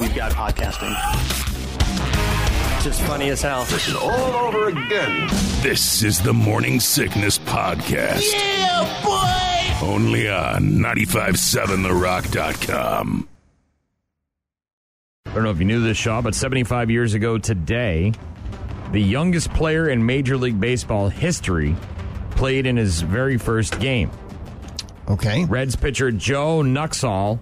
we've got podcasting. Just funny as hell. all over again. This is the Morning Sickness Podcast. Yeah, boy! Only on 957therock.com. I don't know if you knew this, Shaw, but 75 years ago today, the youngest player in Major League Baseball history played in his very first game. Okay. Reds pitcher Joe Nuxall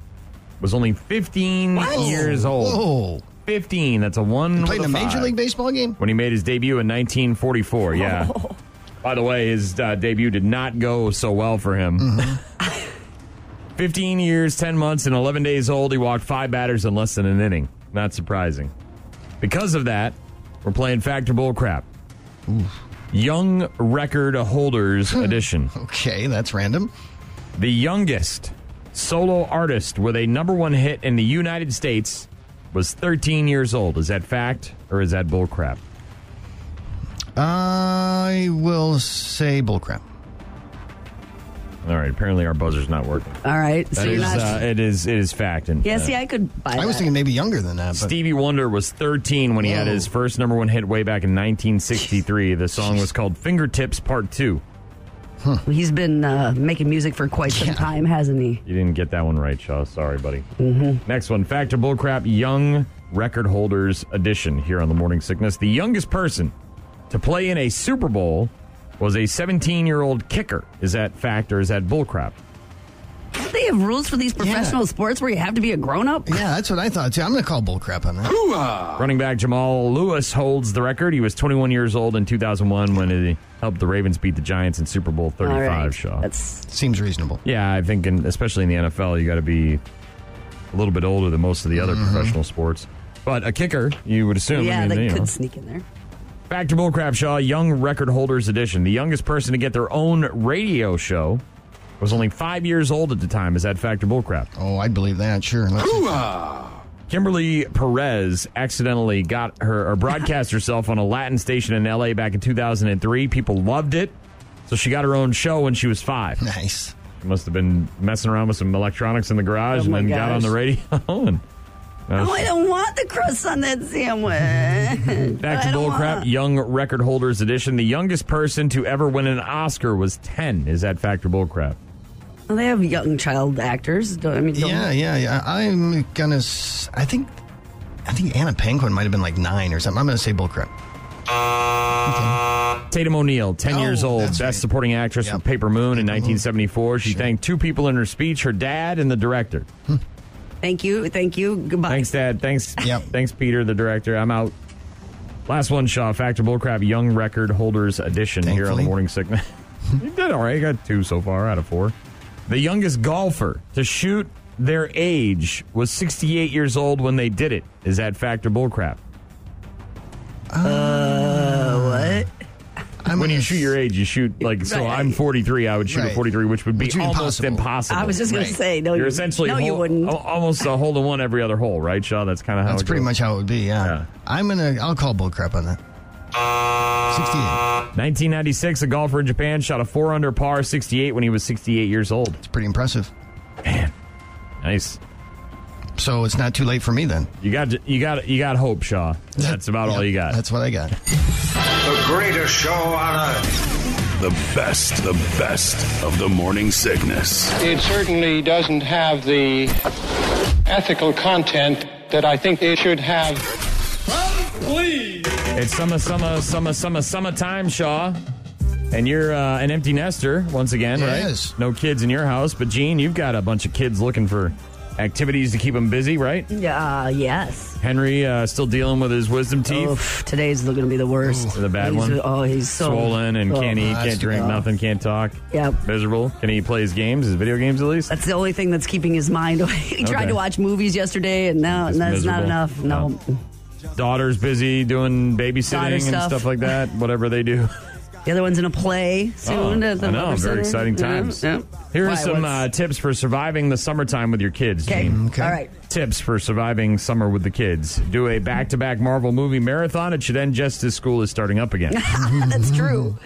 was only 15 years old. Whoa. 15. That's a one. Played in a with Major five. League Baseball game? when he made his debut in 1944. Yeah. By the way, his uh, debut did not go so well for him. Mm-hmm. 15 years, 10 months, and 11 days old, he walked five batters in less than an inning. Not surprising. Because of that, we're playing Factor Bullcrap. Young Record Holders Edition. Okay, that's random. The youngest solo artist with a number one hit in the United States was 13 years old. Is that fact or is that bullcrap? I will say bullcrap. All right. Apparently, our buzzer's not working. All right, so That you're is, not. uh, it is, it is fact. And yeah, uh, see, I could buy. I was that. thinking maybe younger than that, but Stevie Wonder was 13 when he had Whoa. his first number one hit way back in 1963. The song was called "Fingertips Part 2. he's been uh, making music for quite some time, hasn't he? You didn't get that one right, Shaw. Sorry, buddy. Mm-hmm. Next one, fact or bullcrap, young record holders edition here on the Morning Sickness. The youngest person to play in a Super Bowl was a 17 year old kicker. Is that fact or is that bullcrap? Don't they have rules for these professional sports where you have to be a grown up? yeah, that's what I thought too. I'm going to call bullcrap on that. Running back Jamal Lewis holds the record. He was 21 years old in 2001 when he helped the Ravens beat the Giants in Super Bowl 35. Shaw. That's Seems reasonable. yeah, I think, in, especially in the NFL, you got to be a little bit older than most of the other professional sports. But a kicker, you would assume. I Mm-hmm. yeah, mean, they you could know. sneak in there. Back to Bullcrap Shaw, Young Record Holders Edition. The youngest person to get their own radio show was only five years old at the time. Is that fact or bullcrap? Oh, I'd believe that. Sure. Let's- Kimberly Perez accidentally got her or broadcast herself on a Latin station in LA back in 2003. People loved it. So she got her own show when she was five. nice. She must have been messing around with some electronics in the garage Oh and my then got gosh. on the radio. and Oh, I don't want the crust on that sandwich. back I to don't bullcrap, want- young record holders edition. The youngest person to ever win an Oscar was 10. Is that fact or bullcrap? Well, they have young child actors. Don't, I mean, don't, Yeah, yeah, yeah. I'm going to. I think. I think Anna Penguin might have been like nine or something. I'm going to say bullcrap. Tatum O'Neal, 10 Oh, years old, that's best right. supporting actress Yep. for Paper Moon in 1974. She thanked two people in her speech her dad and the director. Thank you, thank you. Goodbye. Thanks, Dad. Thanks, Yep. thanks, Peter, the director. I'm out. Last one, Shaw. Factor Bullcrap, Young Record Holders Edition here on the Thankfully. Morning Sickness. you did all right. You got two so far out of four. The youngest golfer to shoot their age was 68 years old when they did it. Is that Factor Bullcrap? I'm When gonna you shoot your age, you shoot like so. Right. I'm 43. I would shoot Right. a 43, which would be Which would be almost impossible. impossible. I was just gonna Right. say, no, You're you- essentially oh. no, you hole- wouldn't. al- almost a hole to one every other hole, right, Shaw? That's kind of how That's it pretty goes. much how it would be. Yeah. Yeah. I'm gonna. I'll call bullcrap on that. Sixty-eight. 1996, a golfer in Japan shot a four under par 68 when he was 68 years old. It's pretty impressive. Nice. So it's not too late for me then. You got you got you got hope, Shaw. That's about all Yep, you got. That's what I got. The greatest show on earth. The best, the best of the Morning Sickness. It certainly doesn't have the ethical content that I think it should have. It's summer, summer, summer, summer, summertime, Shaw. And you're uh, an empty nester once again, Yeah, right? it is. No kids in your house, but Gene, you've got a bunch of kids looking for activities to keep them busy, right? Mm. Yeah, uh, yes. Henry uh, still dealing with his wisdom teeth. Oof, today's going to be the worst. The bad He's- one? Oh, he's so swollen and oh. can't eat, that's can't drink, rough. nothing, can't talk. Yep. Miserable. Can he play his games, his video games at least? That's the only thing that's keeping his mind away. he Okay. tried to watch movies yesterday, and now Just that's not miserable. enoenough. No. Daughter's busy doing Daughter babysitting and stuff. stuff like that, whatever they do. The other one's in a play soon. Oh, at the I know, Rubber very Center. exciting Yeah, times. yeah. Here Why, are some uh, Mm-hmm. what's- tips for surviving the summertime with your kids. okay. Gene. Okay. All right. Tips for surviving summer with the kids. Do a back to back Marvel movie marathon. It should end just as school is starting up again. Mm-hmm. that's true.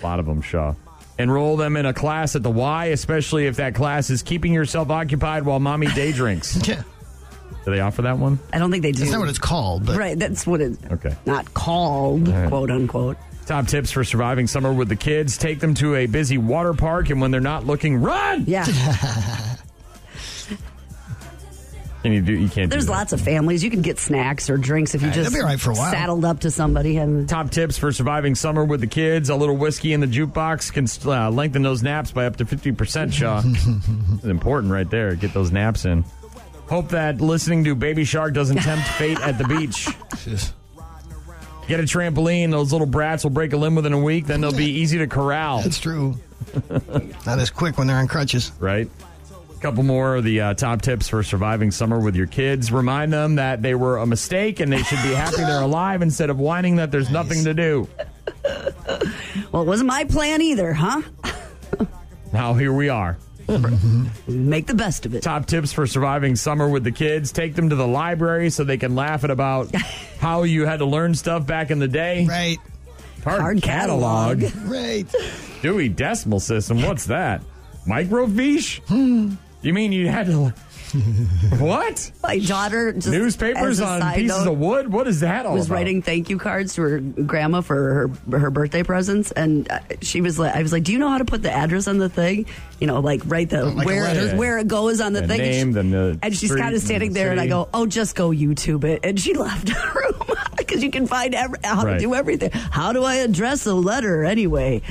a lot of them, Shaw. Enroll them in a class at the Y, especially if that class is keeping yourself occupied while mommy day drinks. Yeah. Do they offer that one? I don't think they do. That's not what it's called, but right, that's what it's Okay. not called, right. quote unquote. Top tips for surviving summer with the kids. Take them to a busy water park, and when they're not looking, run! Yeah. And you do you can't There's do that. lots of families. You can get snacks or drinks if you Yeah, just they'll be all right for a while. saddled up to somebody and Top tips for surviving summer with the kids. A little whiskey in the jukebox can uh, lengthen those naps by up to 50%, Shaw. it's important right there. Get those naps in. Hope that listening to Baby Shark doesn't tempt fate at the beach. Jeez. Get a trampoline. Those little brats will break a limb within a week. Then they'll be easy to corral. that's true. not as quick when they're on crutches. right? A couple more of the uh, top tips for surviving summer with your kids. Remind them that they were a mistake and they should be happy they're alive instead of whining that there's nothing to do. well, it wasn't my plan either, huh? Now here we are. Make the best of it. Top tips for surviving summer with the kids. Take them to the library so they can laugh at about how you had to learn stuff back in the day. Right, Hard catalog. right. Dewey Decimal System. What's that? Microfiche? Hmm. you mean you had to. What? My daughter just as Newspapers a on side pieces note, of wood? What is that all was about? writing thank you cards to her grandma for her her birthday presents, and uh, she was like, "I was like, do you know how to put the address on the thing? You know, like write the Like a where letter. where it goes on the The thing." name, and, then the and she's street, kind and of standing the there, and I city. go, "Oh, just go YouTube it." And she left the room because you can find every, how Right. to do everything. How do I address a letter anyway?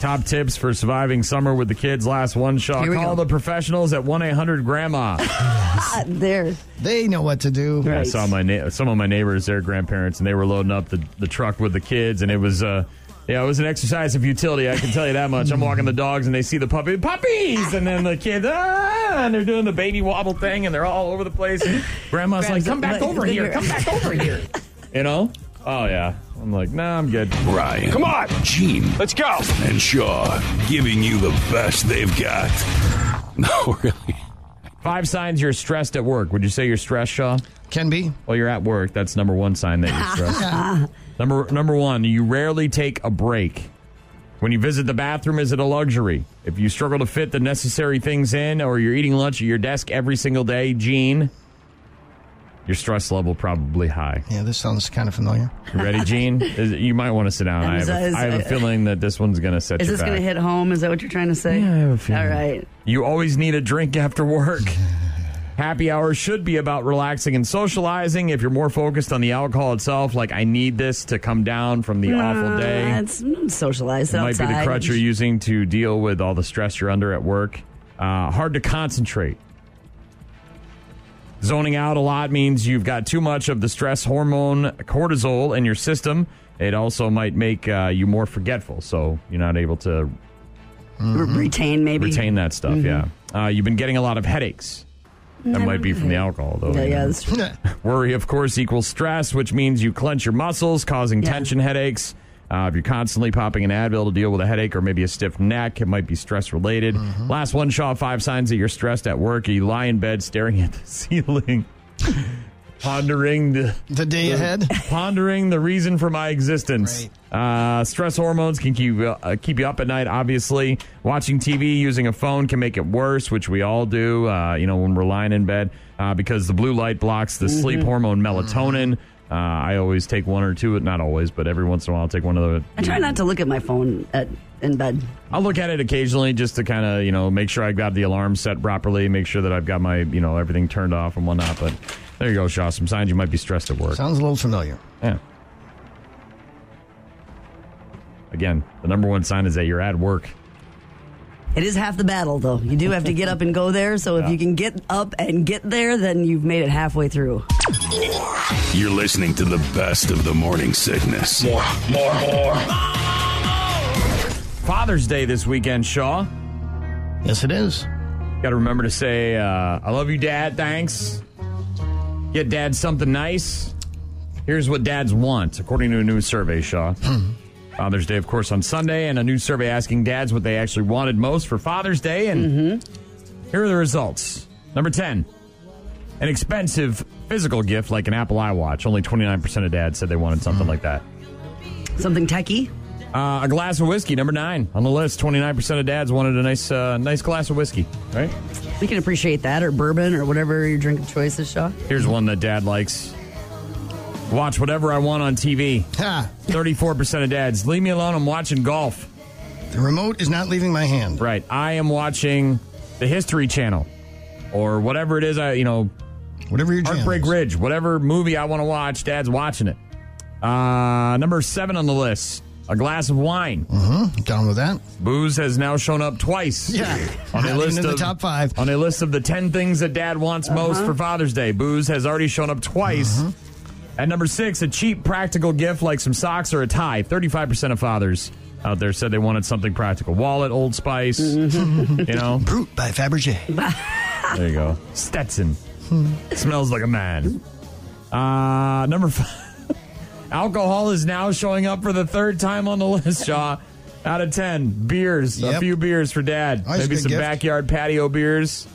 Top tips for surviving summer with the kids. Last one shot. Here we Call go. the professionals at 1 800 Grandma. Ah, there, They know what to do. I Right. saw my na- some of my neighbors, their grandparents, and they were loading up the, the truck with the kids, and it was. Uh, yeah, it was an exercise of utility. I can tell you that much. I'm walking the dogs and they see the puppy, puppies, and then the kids, ah, and they're doing the baby wobble thing, and they're all over the place. And grandma's like, Grabs "Come the- back over here, come back over here," you know? Oh yeah. I'm like, nah, I'm good. Ryan. Come on. Gene. Let's go. And Shaw giving you the best they've got. No, really. Five signs you're stressed at work. Would you say you're stressed, Shaw? Can be. Well, you're at work. That's number one sign that you're stressed. number number one, you rarely take a break. When you visit the bathroom, is it a luxury? If you struggle to fit the necessary things in, or you're eating lunch at your desk every single day, Gene, your stress level probably high. Yeah, this sounds kind of familiar. You ready, Gene? Is- you might want to sit down. I Is- have, a, is- I have a feeling that this one's going to set is you this back. going to hit home? Is that what you're trying to say? Yeah, I have a feeling. All right. You always need a drink after work. Happy hour should be about relaxing and socializing. If you're more focused on the alcohol itself, like I need this to come down from the awful day, That's mm, socialized it might outside. be the crutch you're using to deal with all the stress you're under at work. Uh, hard to concentrate. Zoning out a lot means you've got too much of the stress hormone cortisol in your system. It also might make uh, you more forgetful, so you're not able to Re- retain maybe. retain that stuff. Mm-hmm. Yeah, uh, you've been getting a lot of headaches. That might be from the alcohol, though. Yeah, you know. yeah, that's true. Worry, of course, equals stress, which means you clench your muscles, causing Yeah. tension headaches. Uh, if you're constantly popping an Advil to deal with a headache or maybe a stiff neck, it might be stress related. Mm-hmm. Last one, Shaw, five signs that you're stressed at work. You lie in bed staring at the ceiling, pondering the the day ahead. pondering the reason for my existence. Uh, stress hormones can keep uh, keep you up at night. Obviously, watching TV using a phone can make it worse, which we all do. Uh, you know, when we're lying in bed, uh, because the blue light blocks the sleep Mm-hmm. hormone melatonin. Uh, I always take one or two, not always, but every once in a while, I'll take one of I the. try not to look at my phone at in bed. I'll look at it occasionally just to kind of you know make sure I got the alarm set properly, make sure that I've got my you know everything turned off and whatnot. But there you go, Shaw. Some signs you might be stressed at work. Sounds a little familiar. Yeah. Again, the number one sign is that you're at work. It is half the battle, though. You do have to get up and go there. So if you can get up and get there, then you've made it halfway through. You're listening to the best of the morning sickness. More, more, more. Father's Day this weekend, Shaw. Yes, it is. Got to remember to say, uh, I love you, Dad. Thanks. Get Dad something nice. Here's what dads want, according to a new survey, Shaw. Father's Day, of course, on Sunday, and a new survey asking dads what they actually wanted most for Father's Day. And here are the results. Number 10, an expensive physical gift like an Apple iWatch. Only 29% of dads said they wanted something like that. Something techie? Uh, a glass of whiskey, number nine on the list. Twenty nine percent of dads wanted a nice, uh, nice glass of whiskey. Right. We can appreciate that, or bourbon, or whatever your drink of choice is, Shaw. Here's one that dad likes. Watch whatever I want on TV. Ha! Thirty four percent of dads leave me alone. I'm watching golf. The remote is not leaving my hand. Right. I am watching the History Channel or whatever it is. I you know Whatever your jam Heartbreak is. Ridge, whatever movie I want to watch, Dad's watching it. Uh, number seven on the list, a glass of wine. Mhm, Down with that. Booze has now shown up twice. Yeah. on a Not list even in of the top five. On a list of the ten things that Dad wants Uh-huh. most for Father's Day, booze has already shown up twice. At number six, a cheap practical gift like some socks or a tie. Thirty-five percent of fathers out there said they wanted something practical. Wallet, Old Spice, Mm-hmm. you know. Brute by Fabergé. There you go. Stetson. Hmm. Smells like a man. Uh, number five. Alcohol is now showing up for the third time on the list, Shaw. Out of 10, beers. A Yep. few beers for dad. Nice, Maybe good some gift. backyard patio beers.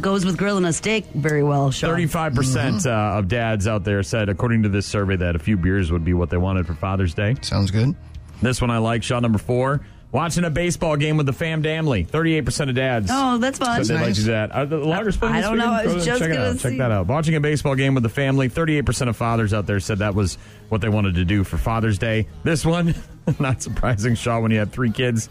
Goes with grilling a steak very well, Shaw. 35% percent uh, of dads out there said, according to this survey, that a few beers would be what they wanted for Father's Day. Sounds good. This one I like, Shaw number four. Watching a baseball game with the fam damly. 38% of dads. Oh, that's fun. But they like nice. to do that. Are the loggers playing I this don't know. weekend? I was Go to- just check it gonna out. Check see. that out. Watching a baseball game with the family. Thirty-eight percent of fathers out there said that was what they wanted to do for Father's Day. This one, not surprising, Shaw. When you have three kids,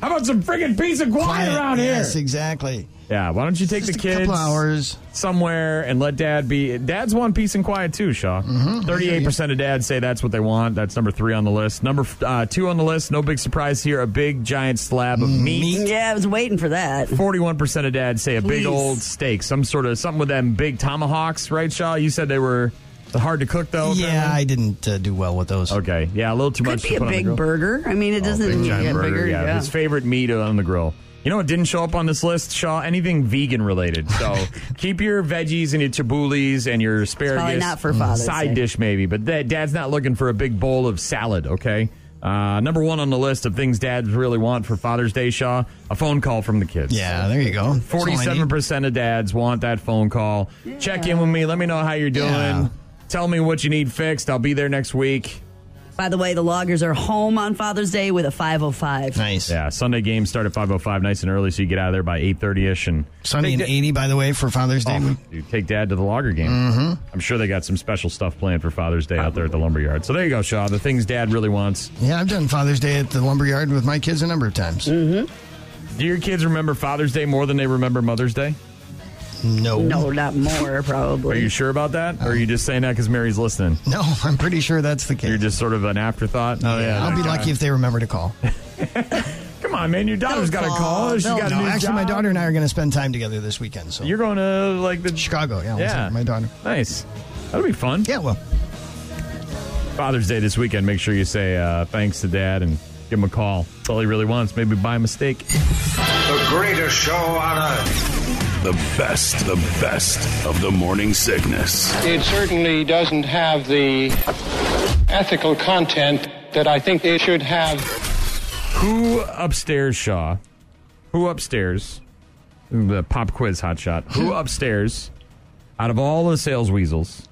how about some friggin' peace and quiet, Quiet. around yes, here? exactly. Yeah. Why don't you take Just the a kids couple hours. somewhere and let Dad be? Dads want peace and quiet too, Shaw. Mm-hmm. 38 percent of dads say that's what they want. That's number three on the list. Number f- uh, two on the list. No big surprise here. A big giant slab of meat. Yeah, I was waiting for that. Forty-one percent of dads say a big Please. old steak, some sort of something with them big tomahawks, right, Shaw? You said they were hard to cook, though. Yeah, apparently? I didn't uh, do well with those. Okay. Yeah, a little too Could much. be to a put on the big grill. burger. I mean, it doesn't Big giant yeah, burger, bigger. yeah, yeah. his favorite meat on the grill. You know what didn't show up on this list, Shaw? Anything vegan related. So keep your veggies and your tabbouleh and your asparagus. not for Father's Side Day. dish maybe, but that, Dad's not looking for a big bowl of salad. Okay. Uh, number one on the list of things dads really want for Father's Day, Shaw, a phone call from the kids. Yeah, there you go. That's all I need. Forty-seven percent of dads want that phone call. Check in with me. Let me know how you're doing. Yeah. Tell me what you need fixed. I'll be there next week. By the way, the loggers are home on Father's Day with a 505. Nice. Yeah, Sunday games start at five oh five, nice and early, so you get out of there by eight thirty ish, and Sunny take and da- 80, by the way, for Father's Day. Oh, dude, take dad to the logger game. Mm-hmm. I'm sure they got some special stuff planned for Father's Day out there at the lumberyard. So there you go, Shaw. The things dad really wants. Yeah, I've done Father's Day at the lumberyard with my kids a number of times. Do your kids remember Father's Day more than they remember Mother's Day? No. No, not more, Are probably. you sure about that? Or are you just saying that because Mary's listening? No, I'm pretty sure that's the case. You're just sort of an afterthought. Oh yeah, I'll be lucky if they remember to call. Come on, man. Your daughter's got They'll a call. call. She's They'll got a No, new actually, job. my daughter and I are going to spend time together this weekend. So You're going to like the Chicago, yeah, Yeah, with my daughter. Nice. That'll be fun. Yeah, well, Father's Day this weekend. Make sure you say uh, thanks to Dad and give him a call. That's all he really wants. Maybe by mistake. The greatest show on earth. The best, the best of the morning sickness. It certainly doesn't have the ethical content that I think it should have. Who upstairs, Shaw? Who upstairs? The pop quiz hotshot. Who upstairs, out of all the sales weasels,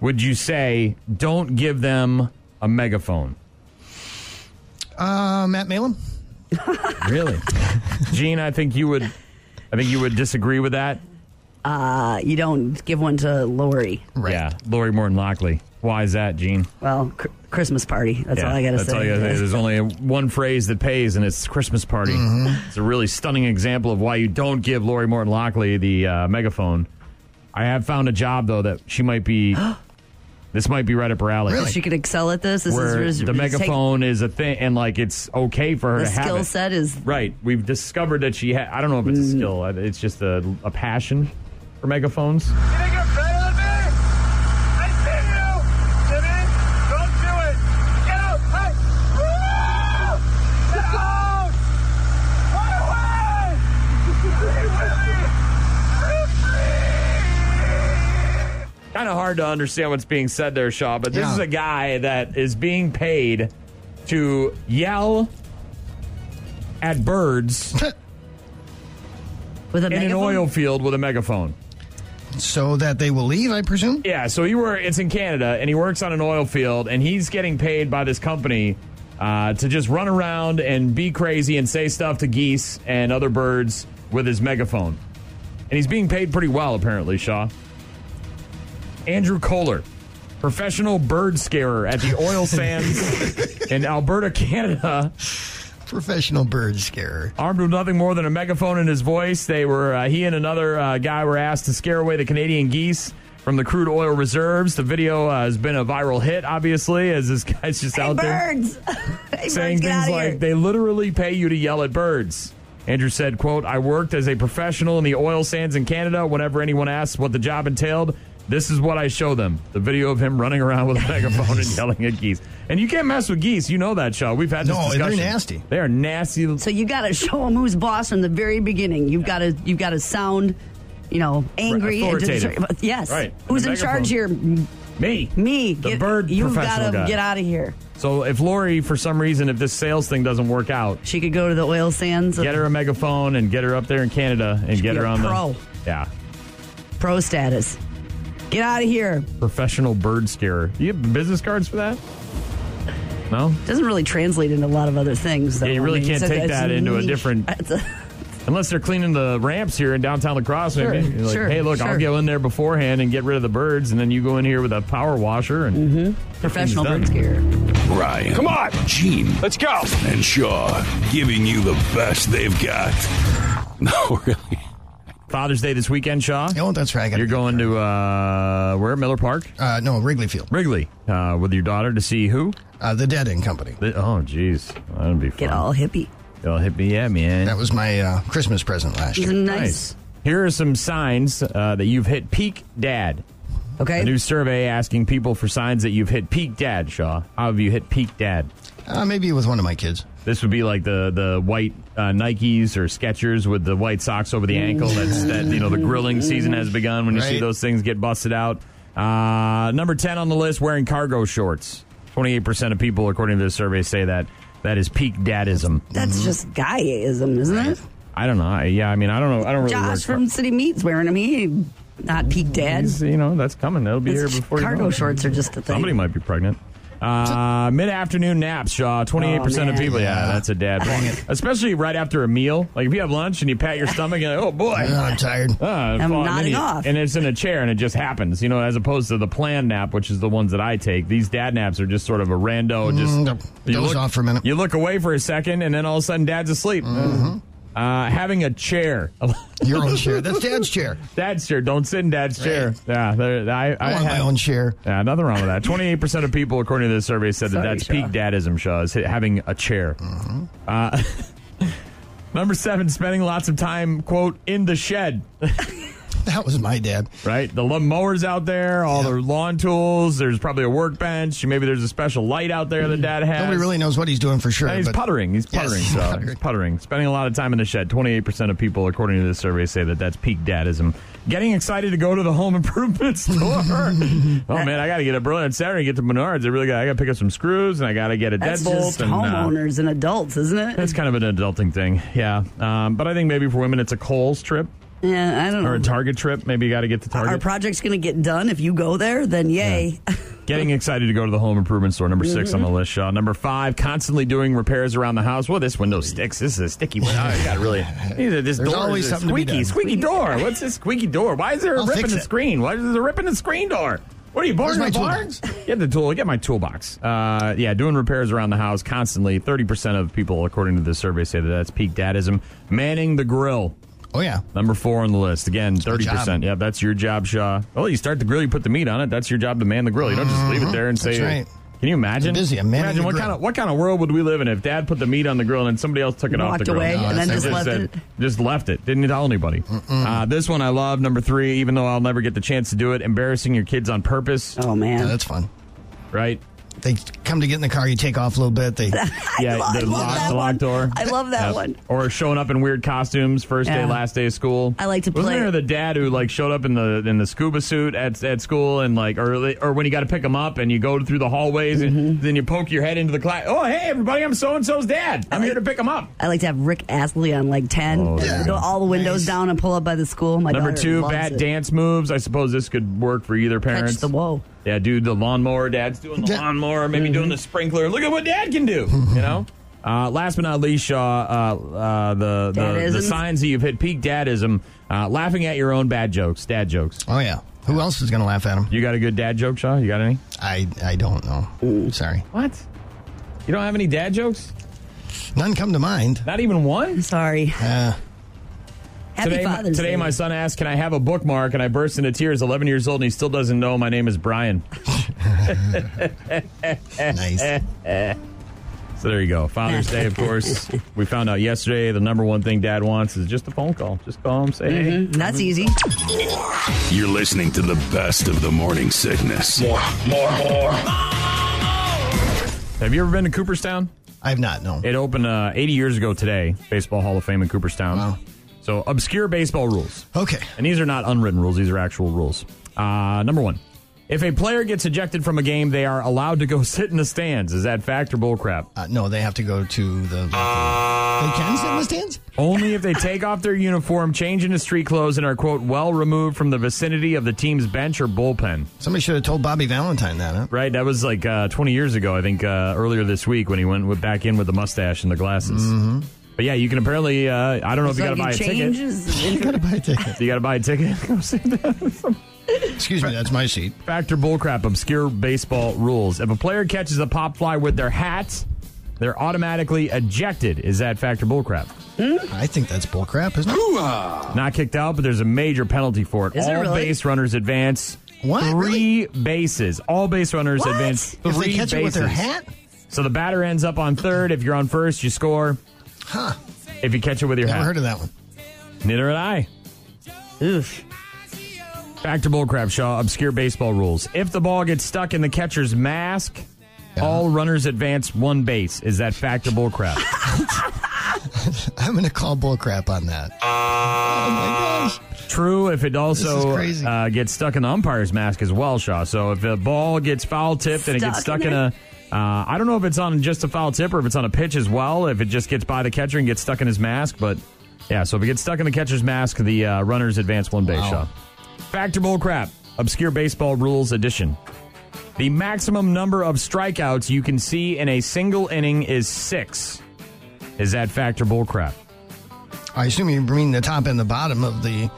would you say don't give them a megaphone? uh, Matt Malum. Really? Gene, I think you would. I think you would disagree with that. Uh, you don't give one to Lori. Right. Yeah, Lori Morton Lockley. Why is that, Gene? Well, cr- Christmas party. That's all I got to that's say. all you gotta say. There's only one phrase that pays, and it's Christmas party. Mm-hmm. It's a really stunning example of why you don't give Lori Morton Lockley the uh, megaphone. I have found a job though that she might be. this might be right up her alley. She could excel at this. This Where is the take- megaphone is a thing, and like it's okay for her The to have skill it. set is Right. We've discovered that she. Ha- I don't know if it's Mm. a skill. It's just a, a passion for megaphones. You think I'm proud of me? I see you, Jimmy. Don't do it. Get out. Hey. Woo! Get out. Run away. Stay with me. Free, free. kind of hard to understand what's being said there, Shaw, but this Yeah. is a guy that is being paid to yell at birds with a in an megaphone. oil field with a megaphone. So that they will leave, I presume. Yeah, so he were it's in Canada and he works on an oil field and he's getting paid by this company uh, uh, to just run around and be crazy and say stuff to geese and other birds with his megaphone. And he's being paid pretty well, apparently, Shaw. Andrew Kohler, professional bird scarer at the oil sands in Alberta, Canada, Professional bird scarer. armed with nothing more than a megaphone in his voice. They were uh, he and another uh, guy were asked to scare away the Canadian geese from the crude oil reserves. The video uh, has been a viral hit, obviously, as this guy's just Hey, out there birds! hey, saying birds, get things out of like here. they literally pay you to yell at birds. Andrew said, quote, I worked as a professional in the oil sands in Canada. Whenever anyone asks what the job entailed, this is what I show them. The video of him running around with a megaphone and yelling at geese. And you can't mess with geese. You know that, Shaw. We've had this No, they're discussion. nasty. They are nasty. so you got to show them who's boss from the very beginning. You've got to you've got to sound, you know, angry. and authoritative. deter- yes. Right. And Who's the in charge here? Me. Me. The Get- bird You've professional gotta guy. get out of here. So if Lori, for some reason, if this sales thing doesn't work out, She could go to the oil sands. get her a megaphone and get her up there in Canada and get be her a on pro. the yeah Pro status. Get out of here. professional bird scarer. You have business cards for that? No, Doesn't really translate into a lot of other things. Though. Yeah, you really it's can't a- take it's that into a niche. different- It's a- unless they're cleaning the ramps here in downtown Lacrosse. Sure, maybe You're like, sure, hey, look, I'll sure. go in there beforehand and get rid of the birds, and then you go in here with a power washer Mm-hmm. and professional done. bird skier. Ryan. Come on. Gene. Let's go. And Shaw giving you the best they've got. No, really. Father's Day this weekend, Shaw. Oh, that's right. I got You're going to uh, where Miller Park, Uh, no, Wrigley Field. Wrigley, uh, with your daughter to see who? Uh, the Dead End Company. The- oh, jeez, that'd be fun. Get all hippie. Y'all hit me, yeah, man. That was my uh, Christmas present last It's year. nice. Here are some signs uh, that you've hit peak dad. Okay. A new survey asking people for signs that you've hit peak dad, Shaw. How have you hit peak dad? Uh, maybe with one of my kids. This would be like the the white uh, Nikes or Skechers with the white socks over the ankle. That's that you know the grilling season has begun when you see Right. those things get busted out. Uh, number ten on the list, wearing cargo shorts. Twenty eight percent of people, according to this survey, say that that is peak dadism. That's just guyism, isn't it? I don't know. I, yeah, I mean, I don't know. I don't really. wear Josh car- from City Meats wearing them. He ain't not peak dad. He's- you know that's coming. That'll be here It's- before you know cargo it. shorts are just a thing. Somebody might be pregnant. Uh, Mid afternoon naps, Shaw. Twenty eight percent of Oh, man. people. Yeah, that's a dad. one. Especially right after a meal. Like if you have lunch and you pat your stomach and oh boy. Oh, I'm tired. Uh, I'm fall- nodding and, off. and it's in a chair, and it just happens, you know. As opposed to the planned nap, which is the ones that I take. These dad naps are just sort of a rando. Just Mm, yep. you Doze look off for a minute. You look away for a second, and then all of a sudden, dad's asleep. Uh, having a chair, Your own chair. That's Dad's chair. dad's chair. Don't sit in dad's chair. Yeah, there- I, I want have- my own chair. yeah, nothing wrong with that. Twenty-eight percent of people, according to this survey, said that Sorry, that's Shaw. peak dadism. Shaw is having a chair. Mm-hmm. Uh, number seven, spending lots of time "quote in the shed." That was my dad. Right, the lawn mowers out there, all the lawn tools. There's probably a workbench. Maybe there's a special light out there that dad has. Mm-hmm. Nobody really knows what he's doing for sure. And he's but puttering. He's Yes, puttering. he's so puttering. he's puttering. Spending a lot of time in the shed. Twenty-eight percent of people, according to this survey, say that that's peak dadism. Getting excited to go to the home improvement store. oh man, I got to get up early on Saturday and get to Menards. I really got. I got to pick up some screws and I got to get a That's deadbolt. just and, uh, homeowners and adults, isn't it? that's kind of an adulting thing. Yeah, um, but I think maybe for women it's a Kohl's trip Yeah, I don't or a Hmm. know. Target trip. Maybe you got to get to Target. Our project's going to get done if you go there. Then yay. Getting excited to go to the home improvement store. Number 6 on Mm-hmm. the list, Shaw. Number five, constantly doing repairs around the house. Well, this window sticks. This is a sticky window. I got really. This door always is a something to be squeaky, done. squeaky door. What's this squeaky door? Why is there a I'll rip in fix the it. screen? Why is there a rip in the screen door? What are you born Where's in my a barn? toolbox? Get the tool. Get my toolbox. Uh, yeah, doing repairs around the house constantly. Thirty percent of people, according to the survey, say that that's peak dadism. Manning the grill. Oh, yeah. Number four on the list. Again, my thirty percent. job. Yeah, that's your job, Shaw. Well, you start the grill, you put the meat on it. That's your job to man the grill. You don't just leave it there and Mm-hmm. That's say. right. Can you imagine? I'm busy. I'm manning imagine the what grill. kind of what kind of world would we live in if Dad put the meat on the grill and somebody else took it off Walked the grill? away No, and then that's just not left said- it. just left it. Didn't tell anybody. Uh, this one I love. Number three. Even though I'll never get the chance to do it, embarrassing your kids on purpose. Oh Yeah, man. that's fun. Right? They come to get in the car, you take off a little bit. They yeah. love- I the love locked, that the locked one. door. I love that Yep. one. Or showing up in weird costumes, first day, Yeah. last day of school. I like to Wasn't play- there the dad who like showed up in the in the scuba suit at at school and like or or when you got to pick him up and you go through the hallways and Mm-hmm. then you poke your head into the class. Oh hey everybody, I'm so and so's dad. I'm here to pick him up. I like to have Rick Astley on like ten. Oh, Just there you go go. all the windows Nice. down and pull up by the school. My Number daughter two, loves bad it. dance moves. I suppose this could work for either Catch parents. the whoa. Yeah, dude, the lawnmower. Dad's doing the Yeah. lawnmower. Maybe doing the sprinkler. Look at what Dad can do. You know. Uh, last but not least, Shaw, uh, uh, the, the the Dadisms? signs that you've hit peak dadism, uh, laughing at your own bad jokes, dad jokes. Oh yeah. Who else is gonna laugh at him? You got a good dad joke, Shaw? You got any? I I don't know. Sorry, What? You don't have any dad jokes? none come to mind. Not even one? Sorry. Uh, Happy today, my, Father's today Day. my son asked, "Can I have a bookmark?" And I burst into tears. Eleven years old, and he still doesn't know my name is Brian. nice. So there you go. Father's Day, of course. we found out yesterday the number one thing Dad wants is just a phone call. Just call him, say, "Hey." That's easy. You're listening to the best of the morning sickness. More, more, more. Have you ever been to Cooperstown? I've not. No. It opened uh, 80 years ago today. Baseball Hall of Fame in Cooperstown. Wow. So obscure baseball rules. Okay. And these are not unwritten rules, these are actual rules. Uh, number one, if a player gets ejected from a game, they are allowed to go sit in the stands. Is that fact or bullcrap? Uh, no, they have to go to the. They can sit in the stands. Only if they take off their uniform, change into street clothes, and are, quote, well removed from the vicinity of the team's bench or bullpen. Somebody should have told Bobby Valentine that. Huh? Right? That was like uh, 20 years ago, I think, uh, earlier this week when he went with, back in with the mustache and the glasses. Mm-hmm. But yeah, you can apparently, uh, I don't know if you So got to buy a ticket. changes. You gotta buy a ticket. You got to buy a ticket. Go sit down. Excuse me, that's my seat. Factor bullcrap, obscure baseball rules. If a player catches a pop fly with their hat, they're automatically ejected. Is that factor bullcrap? I think that's bullcrap, isn't it? Not kicked out, but there's a major penalty for it. Is All it really? base runners advance What? three bases. All base runners What? advance three If they catch bases. it with their hat, So the batter ends up on third. If you're on first, you score. huh? If you catch it with your Never hat, heard of that one. neither had I. Oof. Back to bullcrap, Shaw. Obscure baseball rules. If the ball gets stuck in the catcher's mask, all runners advance one base. Is that fact or bullcrap? I'm gonna call bullcrap on that. Oh my gosh! True. If it also is crazy. uh, gets stuck in the umpire's mask as well, Shaw. So if the ball gets foul tipped and it gets stuck Stuck in in a, uh, I don't know if it's on just a foul tip or if it's on a pitch as well. If it just gets by the catcher and gets stuck in his mask, but yeah. So if it gets stuck in the catcher's mask, the uh, runners advance one base, Wow. Shaw. Fact or bullcrap? Obscure baseball rules edition. The maximum number of strikeouts you can see in a single inning is six. Is that fact or bullcrap? I assume you mean the top and the bottom of the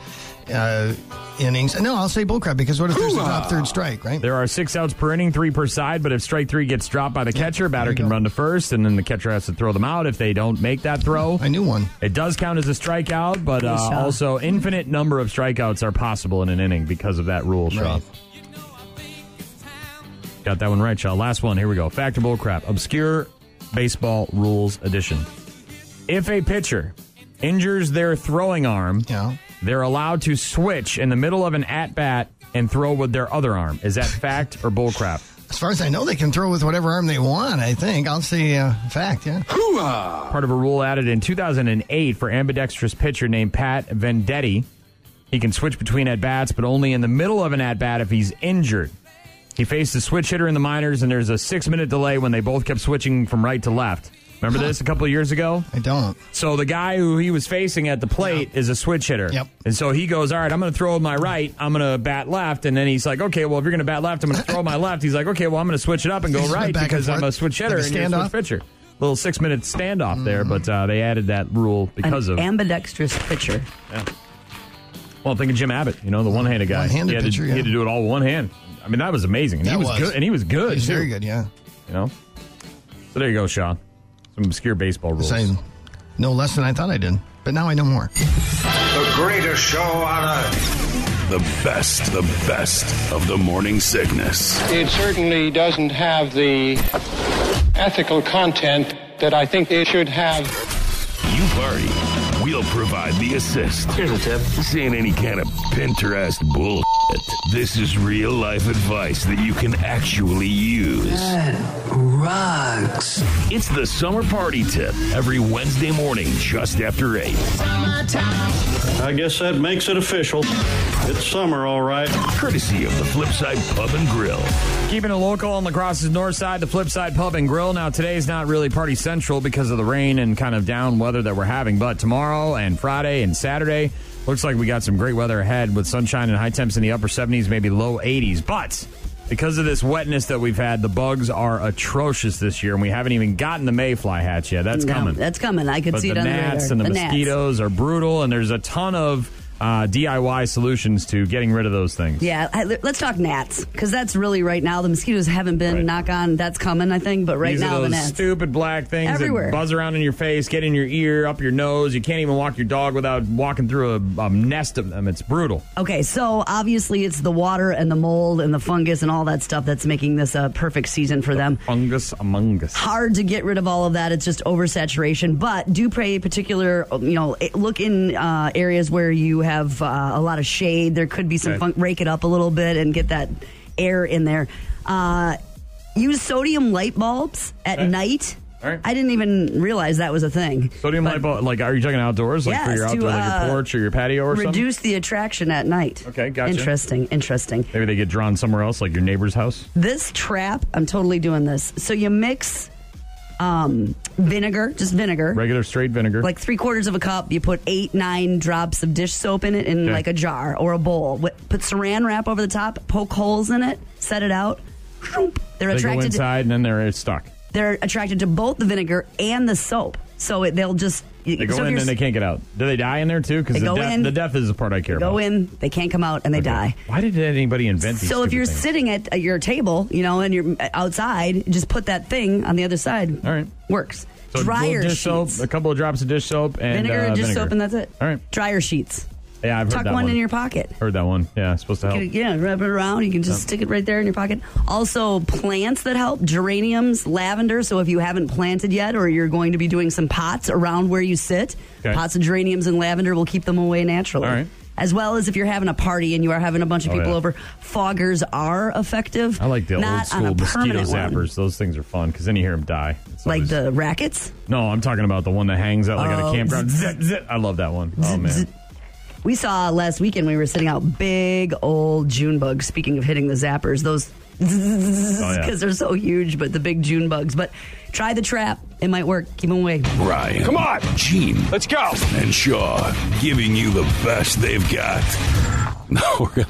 uh, innings. No, I'll say bullcrap because what if there's a top third strike, right? There are six outs per inning, three per side, but if strike three gets dropped by the catcher, batter you can go. run to first, and then the catcher has to throw them out if they don't make that throw. I knew one. It does count as a strikeout, but uh, Yes, Shaw. also infinite number of strikeouts are possible in an inning because of that rule, Shaw. Right. Got that one right, Shaw. Last one. Here we go. Factor bullcrap. Obscure baseball rules edition. If a pitcher injures their throwing arm, Yeah. they're allowed to switch in the middle of an at bat and throw with their other arm. Is that fact or bullcrap? As far as I know, they can throw with whatever arm they want. I think I'll say uh, fact. Yeah. part of a rule added in 2008 for ambidextrous pitcher named Pat Vendetti. He can switch between at bats, but only in the middle of an at bat if he's injured. He faced a switch hitter in the minors, and there's a six minute delay when they both kept switching from right to left. Remember this a couple of years ago? I don't. So the guy who he was facing at the plate is a switch hitter. Yep. And so he goes, All right, I'm going to throw my right. I'm going to bat left. And then he's like, Okay, well, if you're going to bat left, I'm going to throw my left. He's like, Okay, well, I'm going to switch it up and go He's went right back and because I'm a forth, switch hitter like a and you're a switch standoff. Mm. pitcher. Little six minute standoff there, but uh, they added that rule because An of. ambidextrous pitcher. well, think of Jim Abbott, you know, the one handed guy. One-handed he, had to, pitcher, he had yeah. to do it all with one hand. I mean, that was amazing. And he That was, was. good. And he was good. He's too, very good. Yeah. You know? So there you go, Sean. Some obscure baseball rules. Saying no less than I thought I did, but now I know more. The greatest show on earth. The best, the best of the morning sickness. It certainly doesn't have the ethical content that I think it should have. You party. We'll provide the assist. Here's a tip. This ain't any kind of Pinterest bull. This is real life advice that you can actually use. Rocks. It's the summer party tip every Wednesday morning just after 8. I guess that makes it official. It's summer, all right. Courtesy of the Flipside Pub and Grill. Keeping it local on Lacrosse's north side, the Flipside Pub and Grill. Now, today's not really party central because of the rain and kind of down weather that we're having, but tomorrow and Friday and Saturday, looks like we got some great weather ahead with sunshine and high temps in the upper 70s, maybe low 80s. But Because of this wetness that we've had, the bugs are atrocious this year, and we haven't even gotten the mayfly hatch yet. That's No, coming. That's coming. I could but see the it on gnats the radar. and the, The gnats. mosquitoes are brutal, and there's a ton of uh, DIY solutions to getting rid of those things. Yeah, I, let's talk gnats because that's really right now. The mosquitoes haven't been knock on. That's coming, I think. But right These are now, the those gnats. stupid black things Everywhere. that buzz around in your face, get in your ear, up your nose. You can't even walk your dog without walking through a, a nest of them. It's brutal. Okay, so obviously it's the water and the mold and the fungus and all that stuff that's making this a perfect season for them. Fungus among us. Hard to get rid of all of that. It's just oversaturation. But do pay particular, you know, it- look in uh, areas where you have uh, a lot of shade. There could be some Okay. fun- rake it up a little bit and get that air in there. Uh, use sodium light bulbs at Okay. night. All right. I didn't even realize that was a thing. Sodium light bulb, like, are you talking outdoors? Like for Yes, your to, outdoor, like uh, your porch or your patio or something? Reduce the attraction at night. Okay, gotcha. Interesting, interesting. Maybe they get drawn somewhere else, like your neighbor's house. This trap, I'm totally doing this. So you mix um, vinegar, just vinegar. Regular straight vinegar. Like three quarters of a cup, you put eight, nine drops of dish soap in it in Okay. like a jar or a bowl. Wh- Put saran wrap over the top, poke holes in it, set it out. Shroomp. They're they go attracted. To, inside and then they're stuck. they're attracted to both the vinegar and the soap, so it, they'll just. They go so if in you're and they s- can't get out. Do they die in there too? They Because the, go in. death the death is the part I care go about. in, they can't come out, and they die. Why did anybody invent these? So if stupid you're things? sitting at, at your table, you know, and you're outside, just put that thing on the other side. All right, works. So a little dryer dish soap, sheets, a couple of drops of dish soap, and vinegar, uh, and dish vinegar. soap, and that's it. All right, dryer sheets. Yeah, I've heard Tuck that one in your pocket. Heard that one. Yeah, it's supposed to help. You can- yeah, wrap it around. You can just Yeah. stick it right there in your pocket. Also, plants that help geraniums, lavender. So, if you haven't planted yet or you're going to be doing some pots around where you sit, Okay. pots of geraniums and lavender will keep them away naturally. All right. As well as if you're having a party and you are having a bunch of Oh, people yeah. over, foggers are effective. I like the not old on a school mosquito permanent zappers. one. Those things are fun because then you hear them die. It's Like always- the rackets? no, I'm talking about the one that hangs out like at Oh, a campground. Zit, zit. I love that one. Oh man, We saw last weekend we were sitting out big old June bugs. Speaking of hitting the zappers, those because Oh, yeah. they're so huge, but the big June bugs. But try the trap; it might work. Keep them away. Ryan. Come on. Gene. Let's go. And Shaw giving you the best they've got. No, really.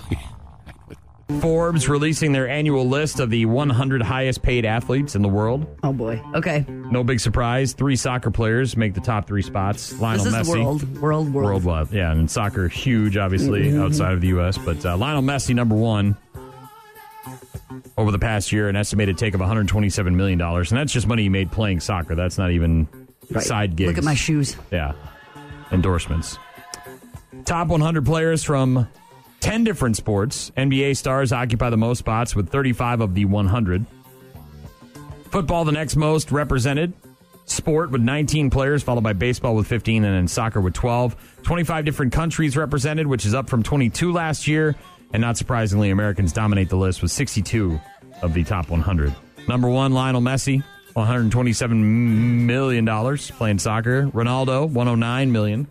Forbes releasing their annual list of the 100 highest paid athletes in the world. Oh boy. Okay. No big surprise. Three soccer players make the top three spots. Lionel this Messi. is world, world, world. Worldwide, yeah, and soccer huge, obviously Mhm. outside of the U.S. But uh, Lionel Messi, number one, over the past year, an estimated take of 127 million dollars, and that's just money he made playing soccer. That's not even Right. side gigs. Look at my shoes. Yeah, endorsements. Top 100 players from 10 different sports. NBA stars occupy the most spots with 35 of the 100. Football, the next most represented. Sport with 19 players, followed by baseball with 15, and then soccer with 12. 25 different countries represented, which is up from 22 last year. And not surprisingly, Americans dominate the list with 62 of the top 100. Number one, Lionel Messi, 127 million dollars playing soccer. Ronaldo, 109 million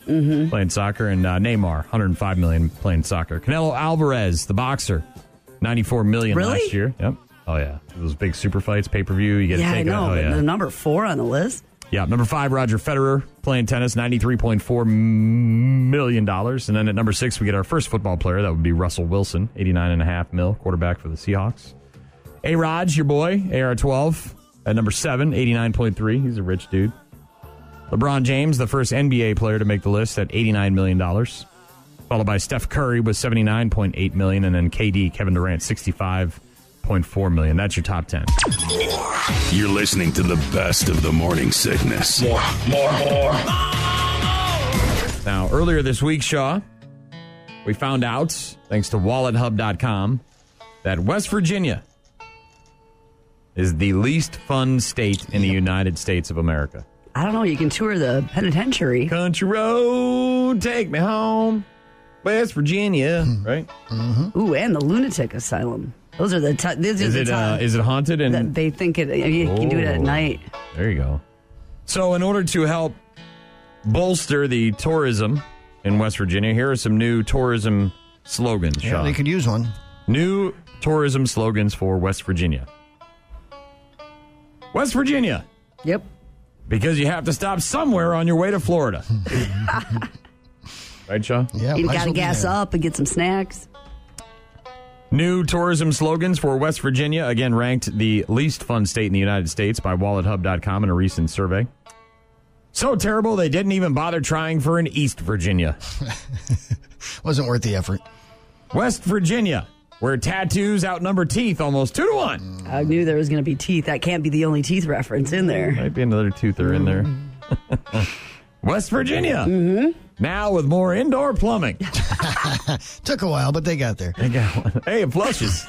playing soccer, and uh, Neymar, 105 million playing soccer. Canelo Alvarez, the boxer, 94 million Really? last year. Yep. Oh yeah, those big super fights, pay per view. You get Yeah, I taken. know. out. oh, but yeah. The number four on the list. Yeah, number five, Roger Federer playing tennis, ninety-three point four million dollars, and then at number six, we get our first football player. That would be Russell Wilson, eighty-nine and a half mil, quarterback for the Seahawks. A Raj, your boy, AR twelve at number seven, eighty-nine point three. He's a rich dude. LeBron James, the first NBA player to make the list at eighty-nine million dollars, followed by Steph Curry with seventy-nine point eight million, and then KD, Kevin Durant, sixty-five point four million. That's your top ten. You're listening to the best of the morning sickness. More, more, more. Now, earlier this week, Shaw, we found out, thanks to wallethub.com, that West Virginia is the least fun state in the United States of America. I don't know. You can tour the penitentiary. Country road, take me home. West Virginia, Hmm. right? Ooh, and the lunatic asylum. Those are the. T- these are Is the it, ti- uh, is it haunted? And that they think it. You can do it at Oh. night. There you go. So, in order to help bolster the tourism in West Virginia, here are some new tourism slogans. Yeah, Sean. they could use one. New tourism slogans for West Virginia. West Virginia. Yep. Because you have to stop somewhere on your way to Florida. right, Shaw? Yeah. you gotta gas up and get some snacks. New tourism slogans for West Virginia again ranked the least fun state in the United States by WalletHub.com in a recent survey. So terrible they didn't even bother trying for an East Virginia. Wasn't worth the effort. West Virginia, where tattoos outnumber teeth almost two to one. I knew there was going to be teeth. That can't be the only teeth reference in there. Might be another toother in there. Mm. West Virginia. Mm-hmm. Now with more indoor plumbing. Took a while, but they got there. They got one. Hey, it flushes.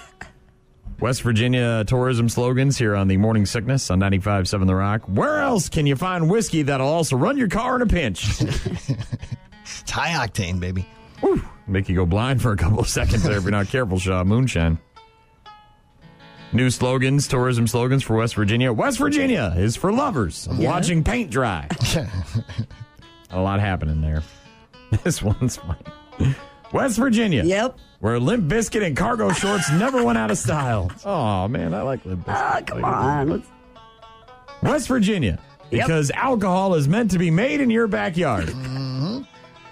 West Virginia tourism slogans here on the Morning Sickness on 95.7 The Rock. Where else can you find whiskey that'll also run your car in a pinch? It's high octane, baby. Woo. Make you go blind for a couple of seconds there if you're not careful, Shaw. Moonshine. New slogans, tourism slogans for West Virginia. West Virginia is for lovers of Yeah. watching paint dry. a lot happening there. This one's funny. West Virginia. Yep. Where Limp Biscuit and cargo shorts never went out of style. Oh, man, I like Limp Biscuit. Ah, Oh, come on. West Virginia. Because alcohol is meant to be made in your backyard. Mm-hmm.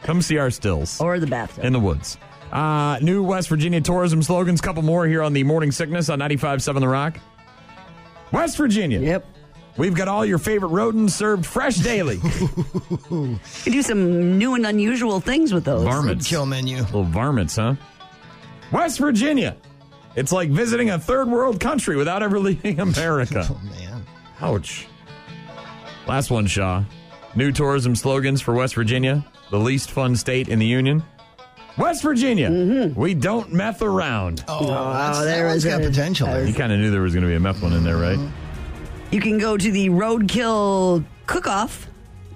Come see our stills. Or the bathtub. In the woods. Uh, new West Virginia tourism slogans. Couple more here on the Morning Sickness on 95.7 The Rock. West Virginia. Yep. We've got all your favorite rodents served fresh daily. You could do some new and unusual things with those. Varmints. Kill menu. Little varmints, huh? West Virginia. It's like visiting a third world country without ever leaving America. oh, man. Ouch. Last one, Shaw. New tourism slogans for West Virginia, the least fun state in the Union. West Virginia, we don't meth around. Oh, Oh, that's- that there one's is got it. potential there. You kind of knew there was going to be a meth one in there, right? You can go to the Roadkill Cook-Off,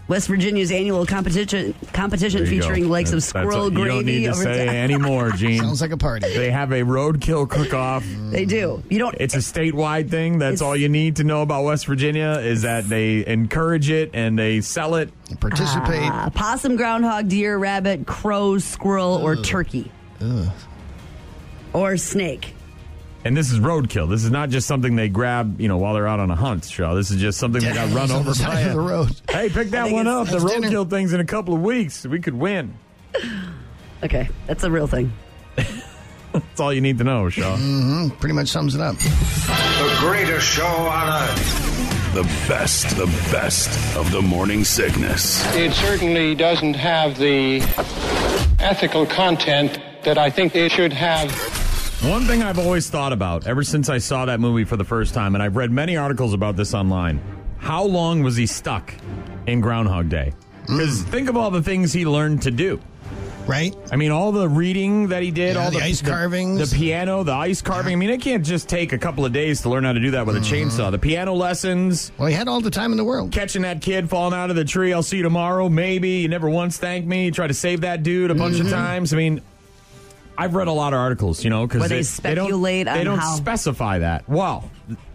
West Virginia's annual competition competition There you go. featuring lakes of That's- that's squirrel what- You gravy. don't need to over- say anymore, Gene. Sounds like a party. They have a roadkill cook-off. They do. You don't. It's a statewide thing. That's all you need to know about West Virginia is that they encourage it and they sell it. Participate. Ah, possum, groundhog, deer, rabbit, crow, squirrel, or turkey, or snake. And this is roadkill. This is not just something they grab, you know, while they're out on a hunt, Shaw. This is just something they got run on over the by side of a- the road. Hey, pick that one up. The roadkill thing's in a couple of weeks. We could win. Okay, that's a real thing. That's all you need to know, Shaw. hmm Pretty much sums it up. The greatest show on earth. The best, the best of the morning sickness. It certainly doesn't have the ethical content that I think it should have. One thing I've always thought about ever since I saw that movie for the first time, and I've read many articles about this online. How long was he stuck in Groundhog Day? Hmm. Because think of all the things he learned to do. Right? I mean, all the reading that he did, Yeah, all the, the ice carvings. the piano, the ice carving. I mean, it can't just take a couple of days to learn how to do that with a Mm-hmm. chainsaw. The piano lessons. Well, he had all the time in the world. Catching that kid falling out of the tree. I'll see you tomorrow. Maybe. You never once thanked me. You tried to save that dude a bunch Mm-hmm. of times. I mean, I've read a lot of articles, you know, because Where they speculate they on don't, how- specify that. Well,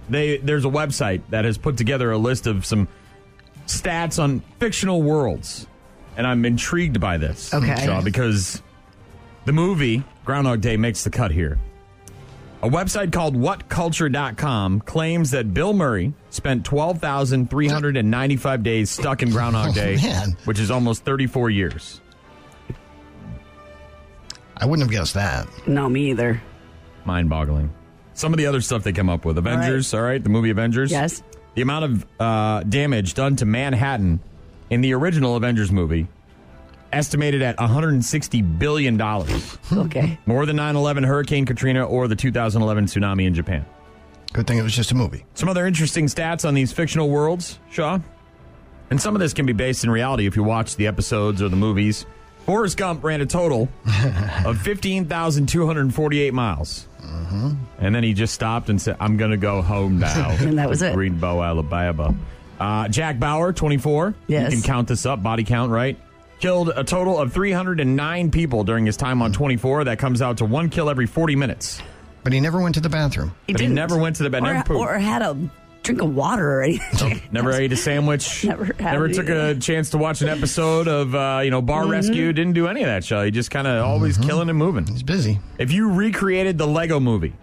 they there's a website that has put together a list of some stats on fictional worlds, and I'm intrigued by this. Okay. Shaw, because the movie Groundhog Day makes the cut here. A website called WhatCulture.com claims that Bill Murray spent 12,395 days stuck in Groundhog Oh, Day, man. which is almost 34 years. I wouldn't have guessed that. No, me either. Mind boggling. Some of the other stuff they come up with Avengers, all right. the movie Avengers. Yes. The amount of uh, damage done to Manhattan in the original Avengers movie, estimated at $160 billion. Okay. More than 9 11 Hurricane Katrina or the 2011 tsunami in Japan. Good thing it was just a movie. Some other interesting stats on these fictional worlds, Shaw. And some of this can be based in reality if you watch the episodes or the movies. Forrest Gump ran a total of 15,248 miles. Mm-hmm. And then he just stopped and said, I'm going to go home now. And that was To it. Greenbow, Alabama. Uh, Jack Bauer, 24. Yes. You can count this up, body count, right? Killed a total of 309 people during his time on 24. That comes out to one kill every 40 minutes. But he never went to the bathroom. But he never went to the bed. never Or, pooped. or had a drink of water or anything. Never ate a sandwich. Never, had it took a chance to watch an episode of uh, you know Bar Mm-hmm. Rescue. Didn't do any of that show. He just kind of always killing and moving. He's busy. If you recreated the Lego Movie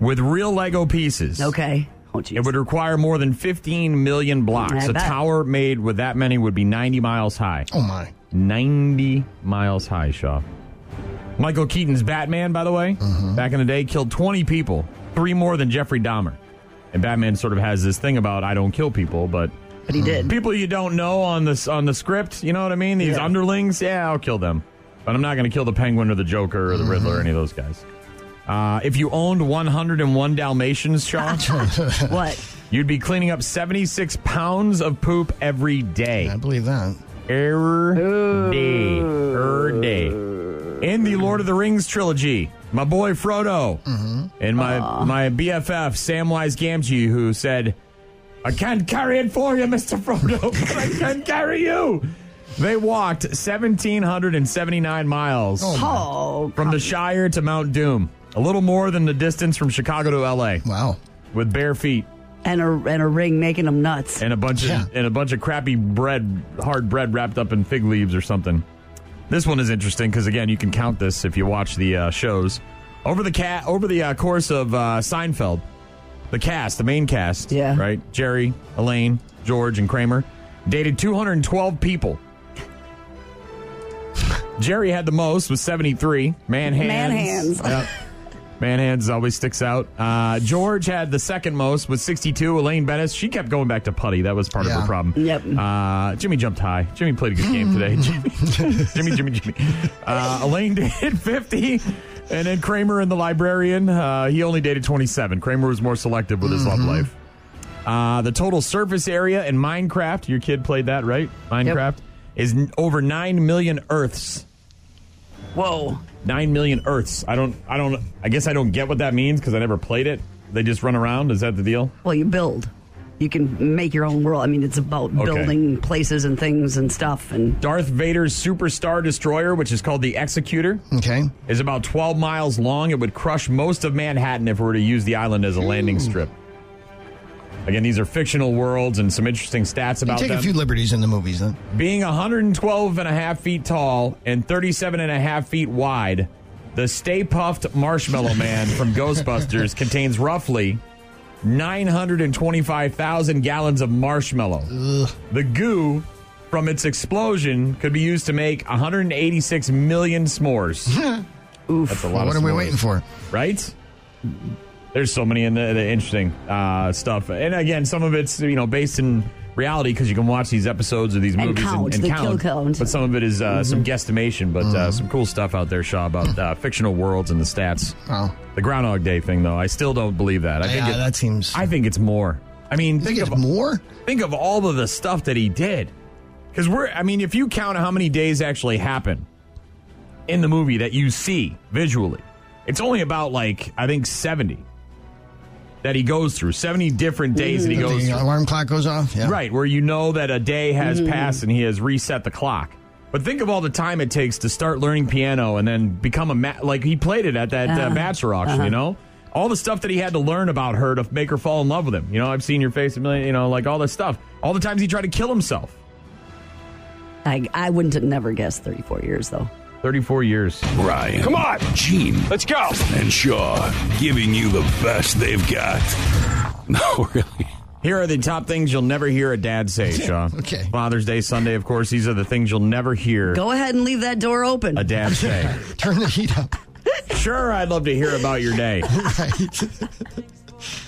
with real Lego pieces, okay, Oh, it would require more than fifteen million blocks. I a bet. tower made with that many would be ninety miles high. Oh my! Ninety miles high, Shaw. Michael Keaton's Batman, by the way, back in the day, killed 20 people, three more than Jeffrey Dahmer. And Batman sort of has this thing about I don't kill people, but but he did people you don't know on this on the script. You know what I mean? These underlings, yeah, I'll kill them, but I'm not going to kill the Penguin or the Joker or the Riddler or any of those guys. Uh, if you owned 101 Dalmatians, Sean, what? you'd be cleaning up 76 pounds of poop every day. I believe that. Err day. Er day. In the Lord of the Rings trilogy, my boy Frodo and my, my BFF Samwise Gamgee, who said, I can't carry it for you, Mr. Frodo, but I can carry you. They walked 1,779 miles Oh, from the Shire to Mount Doom, a little more than the distance from Chicago to LA, Wow. with bare feet and a and a ring making them nuts. and a bunch Yeah. of and a bunch of crappy bread, hard bread wrapped up in fig leaves or something. This one is interesting because again, you can count this if you watch the uh, shows over the cat over the uh, course of uh, Seinfeld. The cast, the main cast, Yeah. right? Jerry, Elaine, George, and Kramer dated 212 people. Jerry had the most with 73. Man hands. Man hands. Yep. Man hands always sticks out. Uh, George had the second most with 62. Elaine Bennis, she kept going back to putty. That was part of her Yeah. problem. Yep. Uh, Jimmy jumped high. Jimmy played a good game today. Jimmy, Jimmy, Jimmy. Uh, Elaine dated 50. And then Kramer and the librarian, uh, he only dated 27. Kramer was more selective with his love life. Uh, the total surface area in Minecraft, your kid played that, right? Minecraft is n- over 9 million Earths. Whoa. Nine million Earths. I don't. I don't. I guess I don't get what that means because I never played it. They just run around. Is that the deal? Well, you build. You can make your own world. I mean, it's about building places and things and stuff. And Darth Vader's Superstar Destroyer, which is called the Executor, Okay. is about 12 miles long. It would crush most of Manhattan if we were to use the island as a landing strip. Again, these are fictional worlds and some interesting stats You about take them. a few liberties in the movies then. Being 112 and a half feet tall and 37 and a half feet wide, the Stay Puffed Marshmallow Man from Ghostbusters contains roughly 925,000 gallons of marshmallow. The goo from its explosion could be used to make 186 million s'mores. Oof. That's a lot What are of we s'mores, waiting for? Right? There's so many in the, the interesting uh, stuff. And again, some of it's, you know, based in reality because you can watch these episodes of these And movies count, and, the count. kill count. Mm-hmm. But some of it is uh, some guesstimation, but Mm-hmm. uh, some cool stuff out there, Shaw, about uh, fictional worlds and the stats. Oh. The Groundhog Day thing, though, I still don't believe that. I think Yeah, it, that seems. I think it's more. I mean, think think it's of more? think of all of the stuff that he did. Because we're, I mean, if you count how many days actually happen in the movie that you see visually, it's only about like I think seventy that he goes through, seventy different days that he goes The through. alarm clock goes off. Yeah. Right, where you know that a day has passed and he has reset the clock. But think of all the time it takes to start learning piano and then become a ma- like he played it at that uh, bachelor auction, you know? All the stuff that he had to learn about her to make her fall in love with him. You know, I've seen your face a million, you know, like all this stuff. All the times he tried to kill himself. I, I wouldn't have never guessed 34 years, though. 34 years. Ryan. Come on. Gene. Let's go. And Shaw giving you the best they've got. No, really. Here are the top things you'll never hear a dad say, Shaw. Okay. Father's Day, Sunday, of course. These are the things you'll never hear Go ahead and leave that door open. a dad say. Turn the heat up. Sure, I'd love to hear about your day.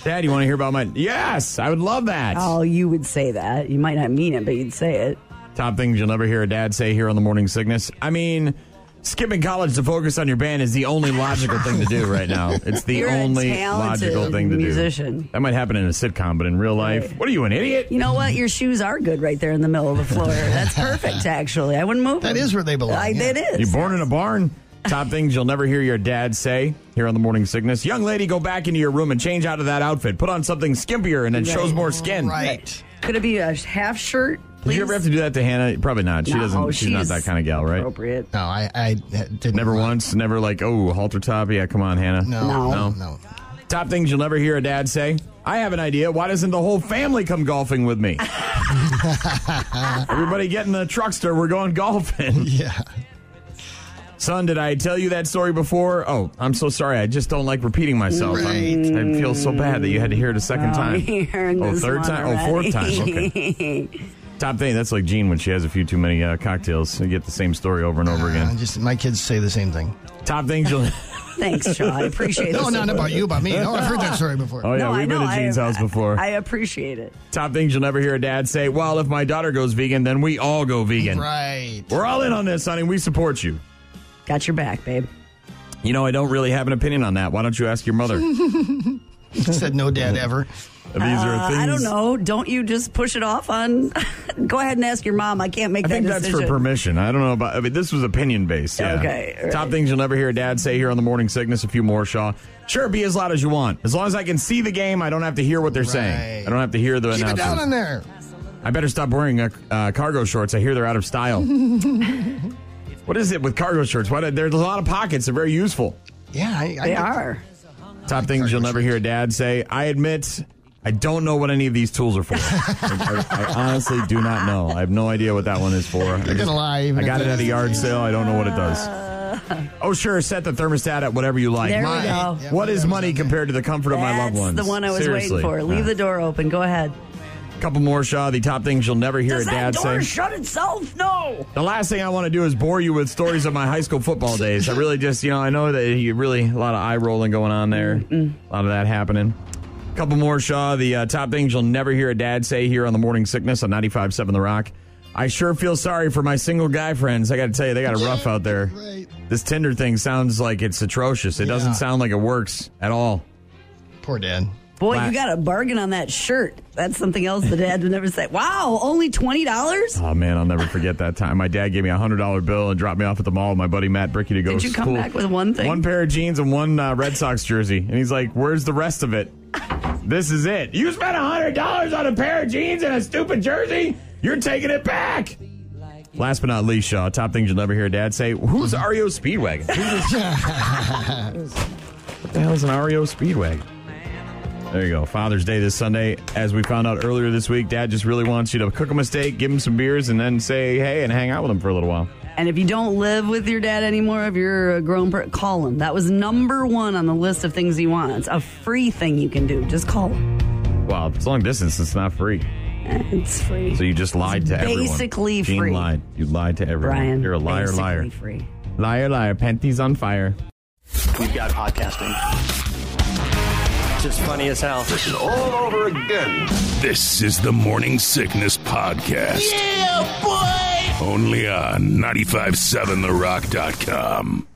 Dad, you want to hear about my? Yes, I would love that. Oh, you would say that. You might not mean it, but you'd say it. Top things you'll never hear a dad say here on the morning sickness. I mean, skipping college to focus on your band is the only logical thing to do right now. It's the You're a only talented logical thing to do. musician. That might happen in a sitcom, but in real life, what are you, an idiot? You know what? Your shoes are good right there in the middle of the floor. That's perfect, actually. I wouldn't move. That them. is where they belong, I, yeah. It is. You're born in a barn. Top things you'll never hear your dad say here on the morning sickness. Young lady, go back into your room and change out of that outfit. Put on something skimpier and it shows more skin. Right. Could it be a half shirt? Did Please? you ever have to do that to Hannah? Probably not. She No, doesn't. She's, not that kind of gal, right? Appropriate. No, I, I didn't. Never once. Never like, oh, halter top. Yeah, come on, Hannah. No. No. No. Top things you'll never hear a dad say. I have an idea. Why doesn't the whole family come golfing with me? Everybody get in the truckster. We're going golfing. Yeah. Son, did I tell you that story before? Oh, I'm so sorry. I just don't like repeating myself. I'm- Right. I feel so bad that you had to hear it a second time. We earned Oh, this third one time? Oh, fourth time. already. Okay. Top thing. That's like Jean when she has a few too many uh, cocktails. You get the same story over and over Uh, again. just my kids say the same thing. Top things you'll. Thanks, Shaw. I appreciate it. No, not about you, about me. No, I've heard that story before. Oh yeah, No, I we've been know. to Gene's I- house before. I appreciate it. Top things you'll never hear a dad say. Well, if my daughter goes vegan, then we all go vegan. Right. We're all in on this, honey. We support you. Got your back, babe. You know, I don't really have an opinion on that. Why don't you ask your mother? These Said no dad ever. are Uh, things. I don't know. Don't you just push it off on? Go ahead and ask your mom. I can't make I that think that's decision. for permission. I don't know about. I mean, this was opinion based. Yeah. Okay, all right. Top things you'll never hear dad say here on the morning sickness. A few more, Shaw. Sure, be as loud as you want. As long as I can see the game, I don't have to hear what they're saying. Right. I don't have to hear the Keep it down announcements. in there. I better stop wearing uh, uh, cargo shorts. I hear they're out of style. what is it with cargo shorts? Why do- there's a lot of pockets. They're very useful. Yeah, I, I They get- are. Top things you'll never hear dad say. I admit, I don't know what any of these tools are for. I, I- I honestly do not know. I have no idea what that one is for. I, just- gonna lie, even I if got it it at a is. yard sale. I don't know what it does. Oh, sure. Set the thermostat at whatever you like. There we My- go. Yeah, What is yeah, money yeah. compared to the comfort of my loved That's ones? the one I was Seriously. waiting for. Leave the door open. Go ahead. A couple more, Shaw. The top things you'll never hear Does a dad that door say. shut itself? No. The last thing I want to do is bore you with stories of my high school football days. I really just, you know, I know that you really a lot of eye rolling going on there, a lot of that happening. Couple more, Shaw. The uh, top things you'll never hear a dad say here on the Morning Sickness on 95.7 The Rock. I sure feel sorry for my single guy friends. I got to tell you, they got it rough out there. Right. This Tinder thing sounds like it's atrocious. It Yeah. doesn't sound like it works at all. Poor dad. Boy, Black. you got a bargain on that shirt. That's something else the dad would never say. Wow, only twenty dollars? Oh man, I'll never forget that time. My dad gave me a hundred dollar bill and dropped me off at the mall with my buddy Matt Bricky to go. Did you come school. back with one thing? One pair of jeans and one uh, Red Sox jersey, and he's like, "Where's the rest of it? This is it. You spent a hundred dollars on a pair of jeans and a stupid jersey. You're taking it back." Last but not least, Shaw. Top things you'll never hear Dad say: "Who's REO Speedwagon? Who's this- what the hell is an REO Speedwagon?" There you go. Father's Day this Sunday. As we found out earlier this week, Dad just really wants you to cook him a steak, give him some beers, and then say hey and hang out with him for a little while. And if you don't live with your dad anymore, if you're a grown person, call him. That was number one on the list of things he wants. A free thing you can do. Just call him. Well, it's long distance. It's not free. It's free. So you just lied to everyone. basically Gene free. lied. You lied to everyone. Brian, You're a liar, basically liar. Free. Liar, liar. Panties on fire. We've got podcasting. Just funny as hell. It's all over again. This is the Morning Sickness Podcast. Yeah, boy! Only on 957therock.com.